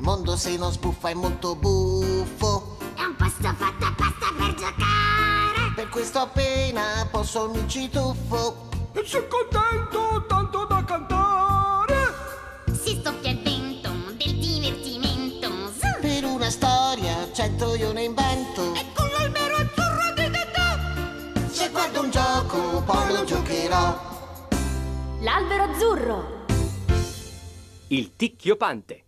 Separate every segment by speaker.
Speaker 1: mondo se non sbuffa è molto buffo.
Speaker 2: È un posto fatto apposta per giocare.
Speaker 1: Per questo appena posso mi ci tuffo.
Speaker 3: E sono contento, tanto da cantare.
Speaker 2: Si stoppia il vento del divertimento. Zoom!
Speaker 1: Per una storia cento io ne invento.
Speaker 2: E con l'albero azzurro di Totò.
Speaker 1: Se guardo un gioco poi lo giocherò.
Speaker 4: L'albero azzurro.
Speaker 5: Il ticchio pante.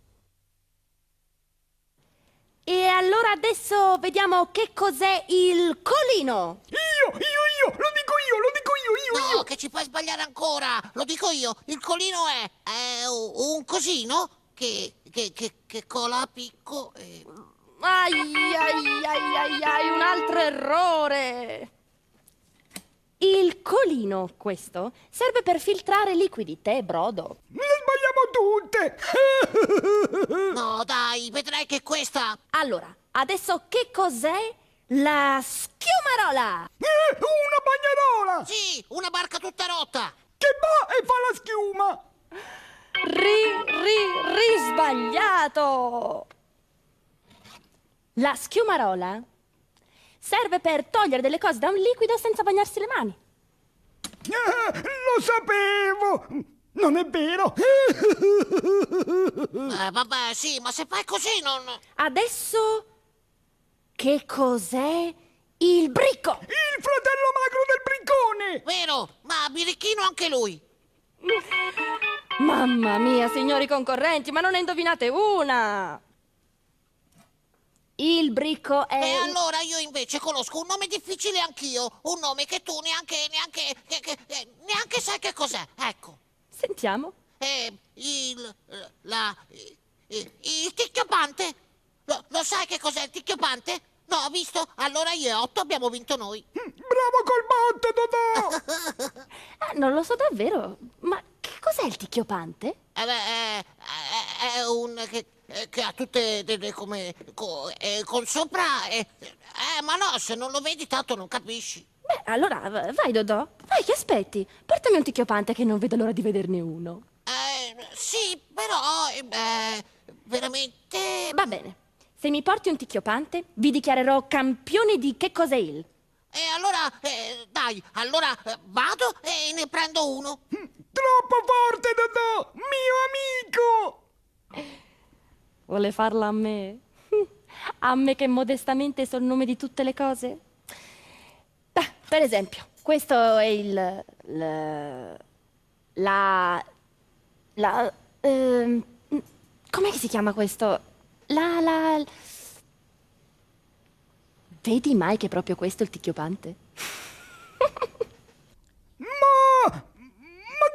Speaker 4: E allora adesso vediamo che cos'è il colino.
Speaker 3: Io, io, io, lo dico io, lo dico io, io, io.
Speaker 6: No, che ci puoi sbagliare ancora! Lo dico io, il colino è, è u- un cosino che, che, che, che cola a picco e...
Speaker 4: Ai ai ai ai ai, un altro errore. Il colino, questo, serve per filtrare liquidi, tè, brodo.
Speaker 3: Le sbagliamo tutte. Eh,
Speaker 6: No, dai, vedrai che questa...
Speaker 4: Allora, adesso che cos'è la schiumarola?
Speaker 3: Eh, Una bagnarola
Speaker 6: Sì, una barca tutta rotta!
Speaker 3: che va e fa la schiuma.
Speaker 4: Ri, ri, risbagliato! La schiumarola serve per togliere delle cose da un liquido senza bagnarsi le mani.
Speaker 3: Eh, Lo sapevo. Non è vero.
Speaker 6: Eh, vabbè, sì, ma se fai così non...
Speaker 4: Adesso, che cos'è il bricco?
Speaker 3: Il fratello magro del briccone.
Speaker 6: Vero, ma birichino anche lui!
Speaker 4: Mamma mia, signori concorrenti, ma non ne indovinate una! Il bricco è...
Speaker 6: E allora io invece conosco un nome difficile anch'io, un nome che tu neanche, neanche, che- che- eh, neanche sai che cos'è, ecco.
Speaker 4: Sentiamo.
Speaker 6: Eh, il, eh, la, eh, eh, il ticchiopante. Lo, lo sai che cos'è il ticchiopante? No, ho visto? Allora io e Otto abbiamo vinto noi.
Speaker 3: Bravo col botto, Totò.
Speaker 4: Ah, non lo so davvero, ma che cos'è il ticchiopante?
Speaker 6: Eh, beh, eh, eh, è un che, eh, che ha tutte delle come, co- eh, con sopra, eh, eh, ma no, se non lo vedi tanto non capisci.
Speaker 4: Beh, allora v- vai Dodò, vai che aspetti. Portami un ticchiopante che non vedo l'ora di vederne uno.
Speaker 6: Eh, sì, però, eh, beh, veramente...
Speaker 4: Va bene, se mi porti un ticchiopante vi dichiarerò campione di che cos'è il.
Speaker 6: E allora, eh, dai, allora eh, vado e ne prendo uno.
Speaker 3: Troppo forte, Totò. Mio amico.
Speaker 4: Vuole farla a me? A me che modestamente so il nome di tutte le cose? Beh, per esempio, questo è il... l- la... la... ehm, com'è che si chiama questo? La... la... Vedi mai che è proprio questo il ticchiopante?
Speaker 3: Ma... Ma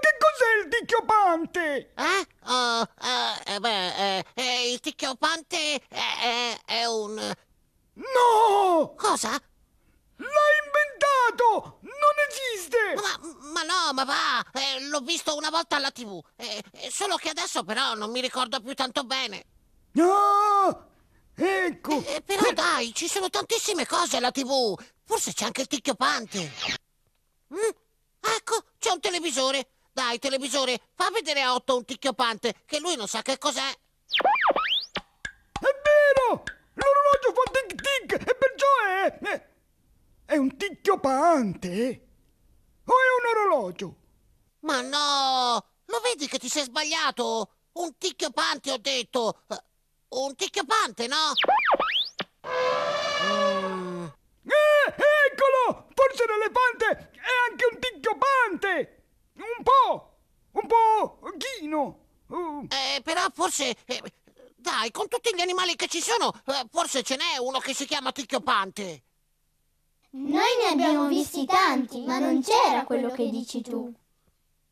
Speaker 3: che cos'è il ticchiopante?
Speaker 6: Eh? Oh, eh, eh, beh, eh, eh, il ticchiopante è, è- è un...
Speaker 3: No!
Speaker 6: Cosa?
Speaker 3: L'ha inventato! Non esiste!
Speaker 6: Ma, ma no, ma va! eh, l'ho visto una volta alla TV. eh, eh, solo che adesso però non mi ricordo più tanto bene.
Speaker 3: No! Ecco!
Speaker 6: Eh, però dai, ci sono tantissime cose alla TV. Forse c'è anche il ticchiopante. Mm, ecco, c'è un televisore. Dai, televisore, fa vedere a Otto un ticchiopante, che lui non sa che cos'è.
Speaker 3: È vero! L'orologio fa tic tic e perciò è... è- È un ticchiopante? O è un orologio?
Speaker 6: Ma no! Lo vedi che ti sei sbagliato? Un ticchiopante ho detto! Eh, Un ticchiopante, no?
Speaker 3: Eh, eccolo! Forse l'elefante è anche un ticchiopante! Un po'! Un po' chino! Uh,
Speaker 6: Eh, però forse... eh, dai, con tutti gli animali che ci sono, eh, forse ce n'è uno che si chiama ticchiopante.
Speaker 7: Noi ne abbiamo visti tanti, ma non c'era quello che dici tu.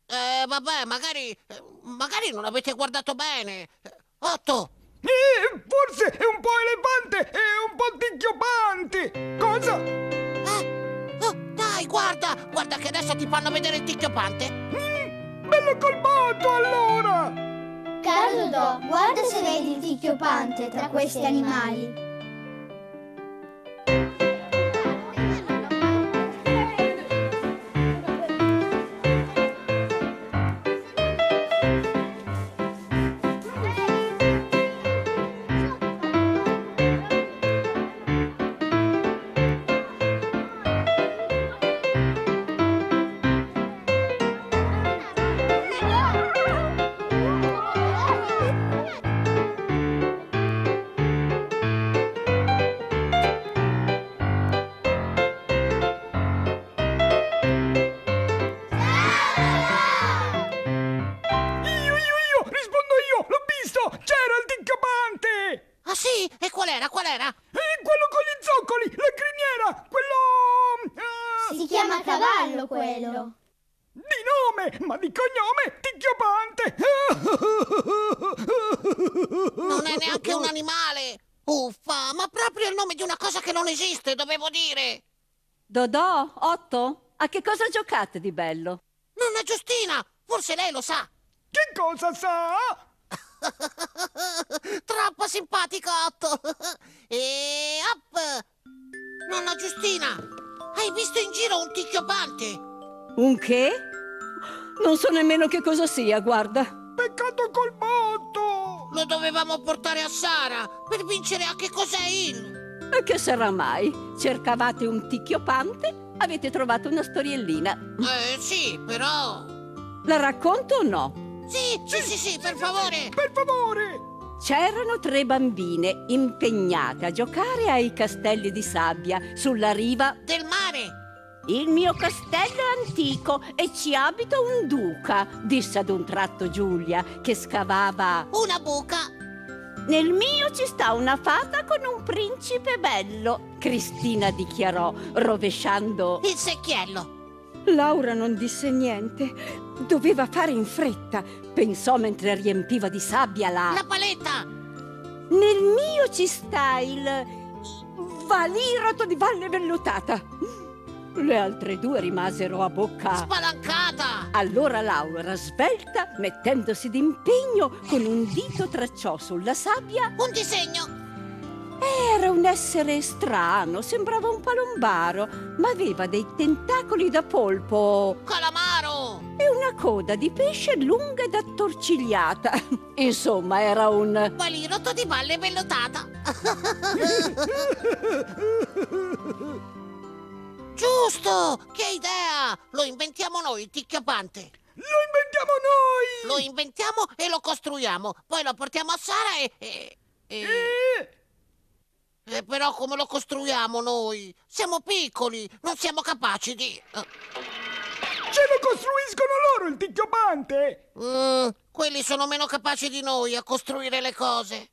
Speaker 6: Eh, vabbè, magari... eh, magari non avete guardato bene. Eh, Otto!
Speaker 3: eh, forse è un po' elefante e un po' ticchiopante! Cosa?
Speaker 6: Eh? Oh, dai, guarda! Guarda che adesso ti fanno vedere il ticchiopante.
Speaker 3: Mm, Bello colpato allora!
Speaker 7: Caro Dodò, guarda se vedi il ticchiopante tra questi animali.
Speaker 6: Ah, qual era?
Speaker 3: E quello con gli zoccoli, la criniera, quello... eh,
Speaker 7: Si chiama cavallo quello.
Speaker 3: Di nome, ma di cognome, Ticchiopante!
Speaker 6: Non è neanche un animale! Uffa, ma proprio il nome di una cosa che non esiste, dovevo dire!
Speaker 8: Dodò, Otto, a che cosa giocate di bello?
Speaker 6: Nonna Giustina! Forse lei lo sa!
Speaker 3: Che cosa sa?
Speaker 6: Troppo simpatico, Otto! e up! Nonna Giustina! Hai visto in giro un ticchiopante?
Speaker 8: Un che? Non so nemmeno che cosa sia, guarda.
Speaker 3: Peccato col botto!
Speaker 6: Lo dovevamo portare a Sara per vincere a che cos'è il.
Speaker 8: E che sarà mai? Cercavate un ticchiopante? Avete trovato una storiellina.
Speaker 6: Eh sì, però.
Speaker 8: La racconto o no?
Speaker 6: Sì, sì, sì, sì, per favore!
Speaker 3: Per favore!
Speaker 8: C'erano tre bambine impegnate a giocare ai castelli di sabbia sulla riva.
Speaker 6: Del mare!
Speaker 8: Il mio castello è antico e ci abita un duca, disse ad un tratto Giulia, che scavava.
Speaker 6: Una buca!
Speaker 8: Nel mio ci sta una fata con un principe bello, Cristina dichiarò, rovesciando.
Speaker 6: Il secchiello!
Speaker 8: Laura non disse niente. Doveva fare in fretta, pensò mentre riempiva di sabbia
Speaker 6: La paletta!
Speaker 8: Nel mio ci sta il valiroto di Valle Vellutata. Le altre due rimasero a bocca.
Speaker 6: Spalancata!
Speaker 8: Allora Laura, svelta, mettendosi d'impegno, con un dito tracciò sulla sabbia.
Speaker 6: Un disegno!
Speaker 8: Era un essere strano, sembrava un palombaro, ma aveva dei tentacoli da polpo
Speaker 6: Calamaro!
Speaker 8: e una coda di pesce lunga ed attorcigliata. Insomma, era un...
Speaker 6: Balirotto di valle vellotata! Giusto! Che idea! Lo inventiamo noi, il ticchiapante!
Speaker 3: Lo inventiamo noi!
Speaker 6: Lo inventiamo e lo costruiamo, poi lo portiamo a Sara e- e- e...
Speaker 3: Eh,
Speaker 6: Eh, però come lo costruiamo noi? Siamo piccoli, non siamo capaci di... eh,
Speaker 3: ce lo costruiscono loro il ticchiopante!
Speaker 6: Mm, quelli sono meno capaci di noi a costruire le cose.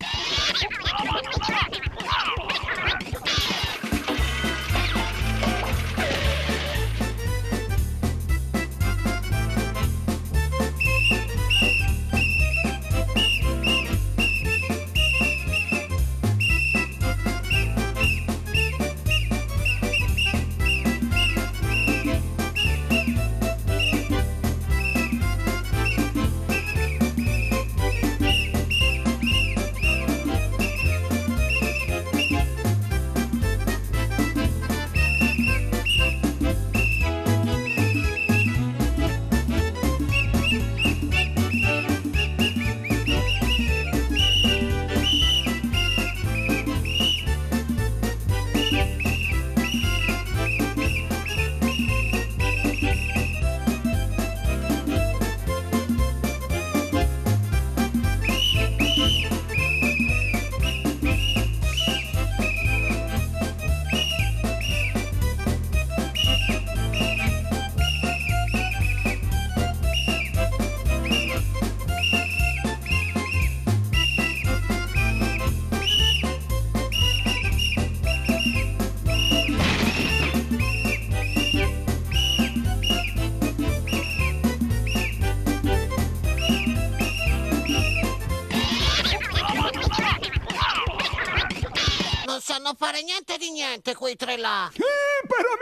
Speaker 6: Non sanno fare niente di niente quei tre là.
Speaker 3: Eh, però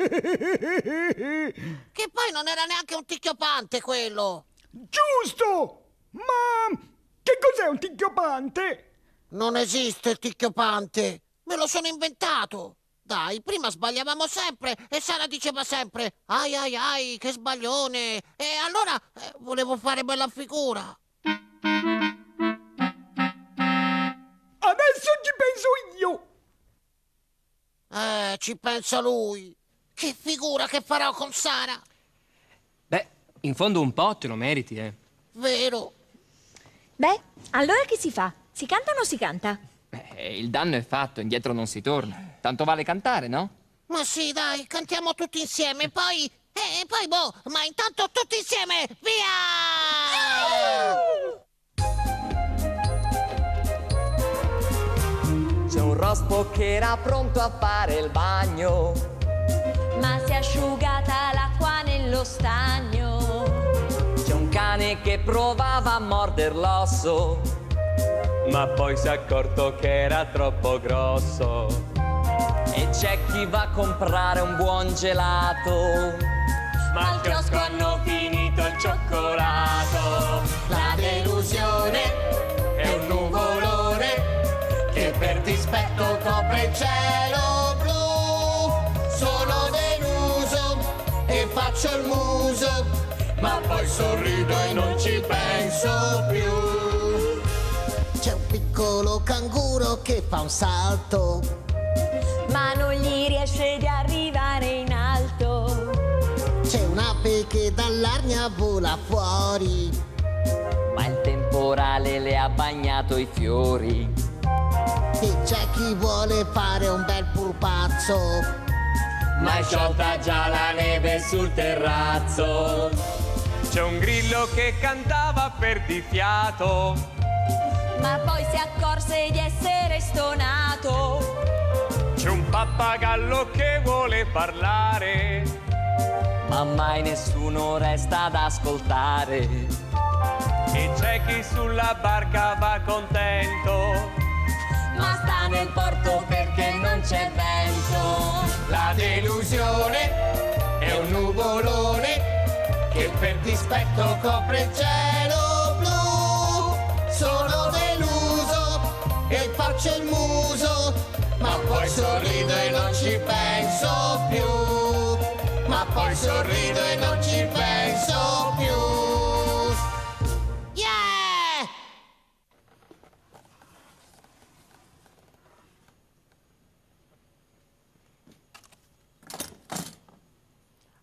Speaker 3: mi fanno ridere!
Speaker 6: Che poi non era neanche un ticchiopante quello.
Speaker 3: Giusto! Ma che cos'è un ticchiopante?
Speaker 6: Non esiste il ticchiopante. Me lo sono inventato. Dai, prima sbagliavamo sempre e Sara diceva sempre Ai ai ai, che sbaglione. E allora eh, volevo fare bella figura.
Speaker 3: Adesso ci penso io!
Speaker 6: Eh, ci pensa lui. Che figura che farò con Sara.
Speaker 5: Beh, in fondo un po' te lo meriti, eh.
Speaker 6: Vero.
Speaker 9: Beh, allora che si fa? Si canta o non si canta?
Speaker 5: Eh, il danno è fatto, indietro non si torna. Tanto vale cantare, no?
Speaker 6: Ma sì, dai, cantiamo tutti
Speaker 1: Eh.
Speaker 6: insieme, poi... E poi boh, ma intanto tutti insieme, via!
Speaker 10: Rospo che era pronto a fare il bagno.
Speaker 9: Ma si è asciugata l'acqua nello stagno.
Speaker 10: C'è un cane che provava a morder l'osso. Ma poi si è accorto che era troppo grosso. E c'è chi va a comprare un buon gelato. Ma al chiosco hanno finito il cioccolato.
Speaker 1: La delusione è un nuvolone che per dispetto copre il cielo blu. Sono deluso e faccio il muso, ma poi sorrido e non ci penso più. C'è un piccolo canguro che fa un salto,
Speaker 9: Ma non gli riesce di arrivare in alto.
Speaker 1: c'è un'ape che dall'arnia vola fuori.
Speaker 10: Ma il temporale le ha bagnato i fiori.
Speaker 1: E c'è chi vuole fare un bel purpazzo.
Speaker 10: Ma è sciolta già la neve sul terrazzo. C'è un grillo che cantava per di fiato.
Speaker 9: Ma poi si accorse di essere stonato.
Speaker 10: C'è un pappagallo che vuole parlare. Ma mai nessuno resta ad ascoltare. E c'è chi sulla barca va contento. Ma sta nel porto perché non c'è vento.
Speaker 1: La delusione è un nuvolone che per dispetto copre il cielo blu. Sono deluso e faccio il muso, ma poi sorrido e non ci penso più. Ma poi sorrido e non ci penso più.
Speaker 6: Yeah!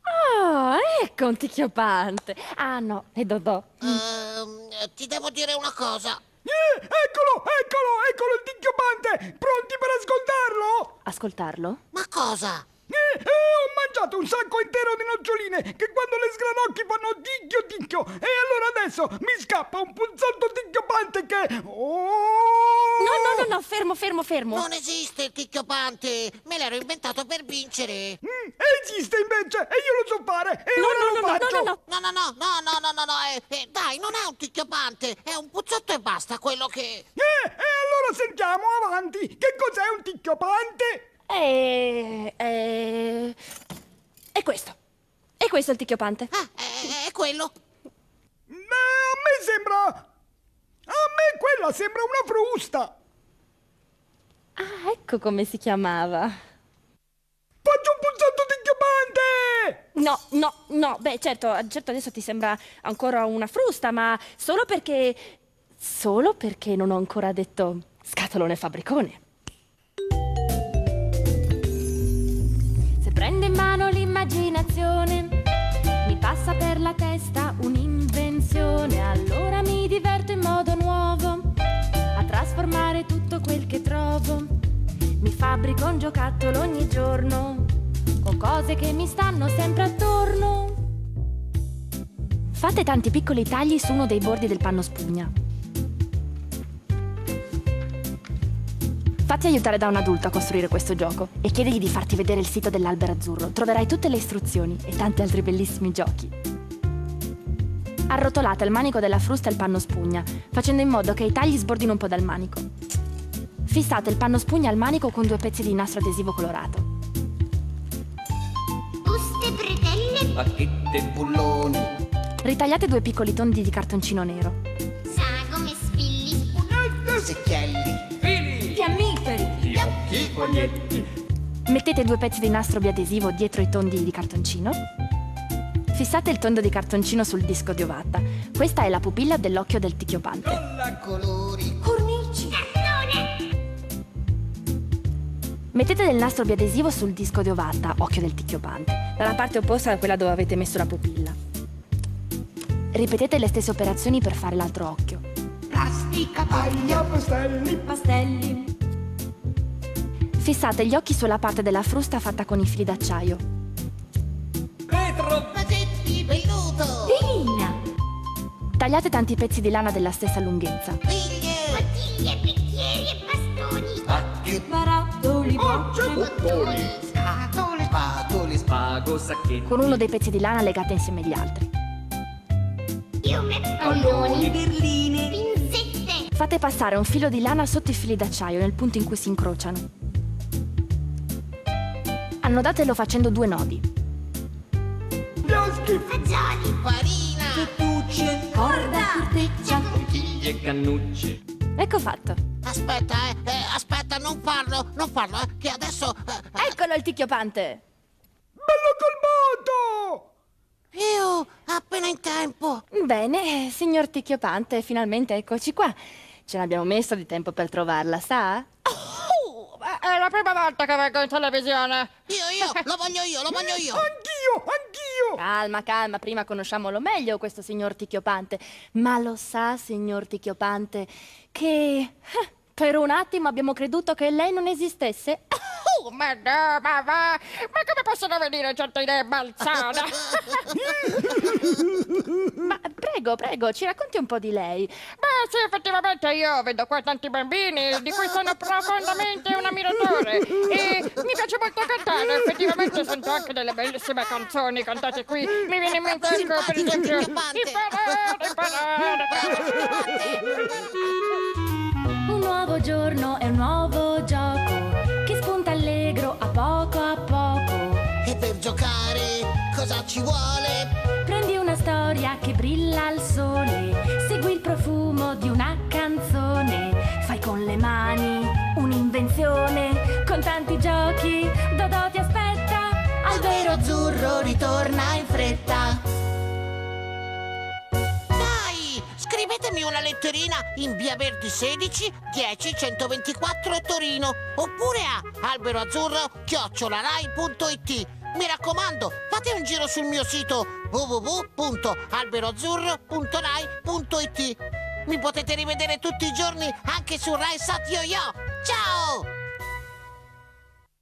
Speaker 4: Oh, ecco un ticchiopante. Ah no, è Dodò.
Speaker 6: Ehm, eh, ti devo dire una cosa.
Speaker 3: Eh, eccolo, eccolo, eccolo il ticchiopante! Pronti per ascoltarlo?
Speaker 4: Ascoltarlo?
Speaker 6: Ma cosa?
Speaker 3: Eh, eh, ho mangiato un sacco intero di noccioline che quando le sgranocchi fanno ticchio ticchio e allora adesso mi scappa un puzzotto ticchiopante che... Oh!
Speaker 4: No, no, no, no, fermo, fermo, fermo.
Speaker 6: Non esiste il ticchiopante. Me l'ero inventato per vincere.
Speaker 3: Mm, esiste invece e io lo so fare e
Speaker 4: No,
Speaker 3: ora
Speaker 4: no,
Speaker 3: lo
Speaker 4: no, no,
Speaker 3: faccio!
Speaker 4: no, no, no.
Speaker 6: No, no, no, no, no, no, no, no. eh, eh, dai, non è un ticchiopante. È un puzzotto e basta quello che...
Speaker 3: Eh, e allora sentiamo avanti! Che cos'è un ticchiopante?
Speaker 4: E... e... e Eh, questo. E questo è il ticchiopante.
Speaker 6: Ah, è, è quello.
Speaker 3: Beh, Mm, eh, a me sembra... A me quella sembra una frusta!
Speaker 4: Ah, ecco come si chiamava.
Speaker 3: Faccio un puzzotto ticchiopante!
Speaker 4: No, no, no, beh, certo, certo adesso ti sembra ancora una frusta, ma solo perché... Solo perché non ho ancora detto scatolone fabbricone. Se prendo in mano l'immaginazione, mi passa per la testa un'invenzione, allora mi diverto in modo nuovo, a trasformare tutto quel che trovo. Mi fabbrico un giocattolo ogni giorno, con cose che mi stanno sempre attorno. Fate tanti piccoli tagli su uno dei bordi del panno spugna. Fatti aiutare da un adulto a costruire questo gioco e chiedigli di farti vedere il sito dell'albero azzurro. Troverai tutte le istruzioni e tanti altri bellissimi giochi. Arrotolate il manico della frusta e il panno spugna, facendo in modo che i tagli sbordino un po' dal manico. Fissate il panno spugna al manico con due pezzi di nastro adesivo colorato.
Speaker 2: Buste, bretelle,
Speaker 1: Bacchette, bulloni,
Speaker 4: Ritagliate due piccoli tondi di cartoncino nero.
Speaker 2: sagome, spilli,
Speaker 1: secchielli, i
Speaker 4: Mettete due pezzi di nastro biadesivo dietro i tondi di cartoncino. Fissate il tondo di cartoncino sul disco di ovatta. Questa è la pupilla dell'occhio del ticchiopante.
Speaker 1: colori,
Speaker 4: Mettete del nastro biadesivo sul disco di ovatta, occhio del ticchiopante, dalla parte opposta a quella dove avete messo la pupilla. Ripetete le stesse operazioni per fare l'altro occhio.
Speaker 1: plastica, paglia, pastelli,
Speaker 4: Fissate gli occhi sulla parte della frusta fatta con i fili d'acciaio.
Speaker 6: Spaghetti, velluto,
Speaker 4: Tagliate tanti pezzi di lana della stessa lunghezza.
Speaker 6: biglie.
Speaker 2: bottiglie, bicchieri e bastoni.
Speaker 1: pacchi,
Speaker 9: Barà,
Speaker 1: gocce, bottoni, scatole, spatole, spago, sacchetti.
Speaker 4: con uno dei pezzi di lana legati insieme agli altri.
Speaker 2: Io metto Alloni, berline, pinzette,
Speaker 4: Fate passare un filo di lana sotto i fili d'acciaio nel punto in cui si incrociano. Annodatelo facendo due nodi.
Speaker 1: Biaschi,
Speaker 2: fagioli, farina, fettucce, corda, corteccia,
Speaker 5: e cannucce.
Speaker 4: Ecco fatto.
Speaker 6: Aspetta, eh, eh, aspetta, non farlo, non farlo, eh, che adesso... eh,
Speaker 4: Eccolo il ticchiopante!
Speaker 3: Bello
Speaker 6: Io, appena in tempo.
Speaker 4: Bene, signor ticchiopante, finalmente eccoci qua. Ce l'abbiamo messo di tempo per trovarla, sa?
Speaker 11: Oh, È la prima volta che vengo in televisione.
Speaker 6: Io, io, lo voglio io, lo voglio io.
Speaker 3: Anch'io, anch'io!
Speaker 4: Calma, calma, prima conosciamolo meglio questo signor Ticchiopante. Ma lo sa, signor Ticchiopante, che eh, per un attimo abbiamo creduto che lei non esistesse?
Speaker 11: Oh, ma no, ma va. Ma come possono venire certe idee balzane?
Speaker 4: Ma prego, prego, ci racconti un po' di lei.
Speaker 11: Beh, sì, effettivamente io vedo qua tanti bambini di cui sono profondamente un ammiratore. E mi piace molto cantare. Effettivamente sento anche delle bellissime canzoni cantate qui. Mi viene in mente ecco, per
Speaker 6: Simpatico,
Speaker 11: esempio.
Speaker 6: simpatico.
Speaker 11: Imparare, imparare.
Speaker 4: Un nuovo giorno è un nuovo gioco che spunta allegro a poco a poco.
Speaker 6: E per giocare cosa ci vuole?
Speaker 4: Prendi una storia che brilla al sole, segui il profumo di una canzone, fai con le mani un'invenzione, con tanti giochi Dodò ti aspetta, albero azzurro ritorna in fretta.
Speaker 6: Dai, scrivetemi una letterina in via Verdi 16 10 124 Torino oppure a alberoazzurro chiocciolarai.it. Mi raccomando, fate un giro sul mio sito www.alberoazzurro.rai.it. Mi potete rivedere tutti i giorni anche su Rai Sat Yo Yo. Ciao!